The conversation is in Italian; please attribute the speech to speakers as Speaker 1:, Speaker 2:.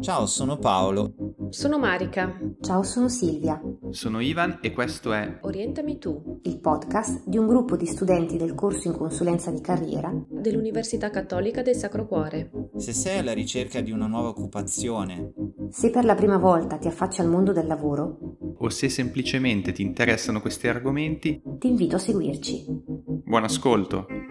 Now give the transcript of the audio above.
Speaker 1: Ciao, sono Paolo.
Speaker 2: Sono Marica.
Speaker 3: Ciao, sono Silvia.
Speaker 4: Sono Ivan e questo è
Speaker 2: Orientami tu
Speaker 3: Il podcast di un gruppo di studenti del corso in consulenza di carriera
Speaker 2: dell'Università Cattolica del Sacro Cuore.
Speaker 1: Se sei alla ricerca di una nuova occupazione,
Speaker 3: Se per la prima volta ti affacci al mondo del lavoro,
Speaker 4: o se semplicemente ti interessano questi argomenti,
Speaker 3: ti invito a seguirci.
Speaker 4: buon ascolto!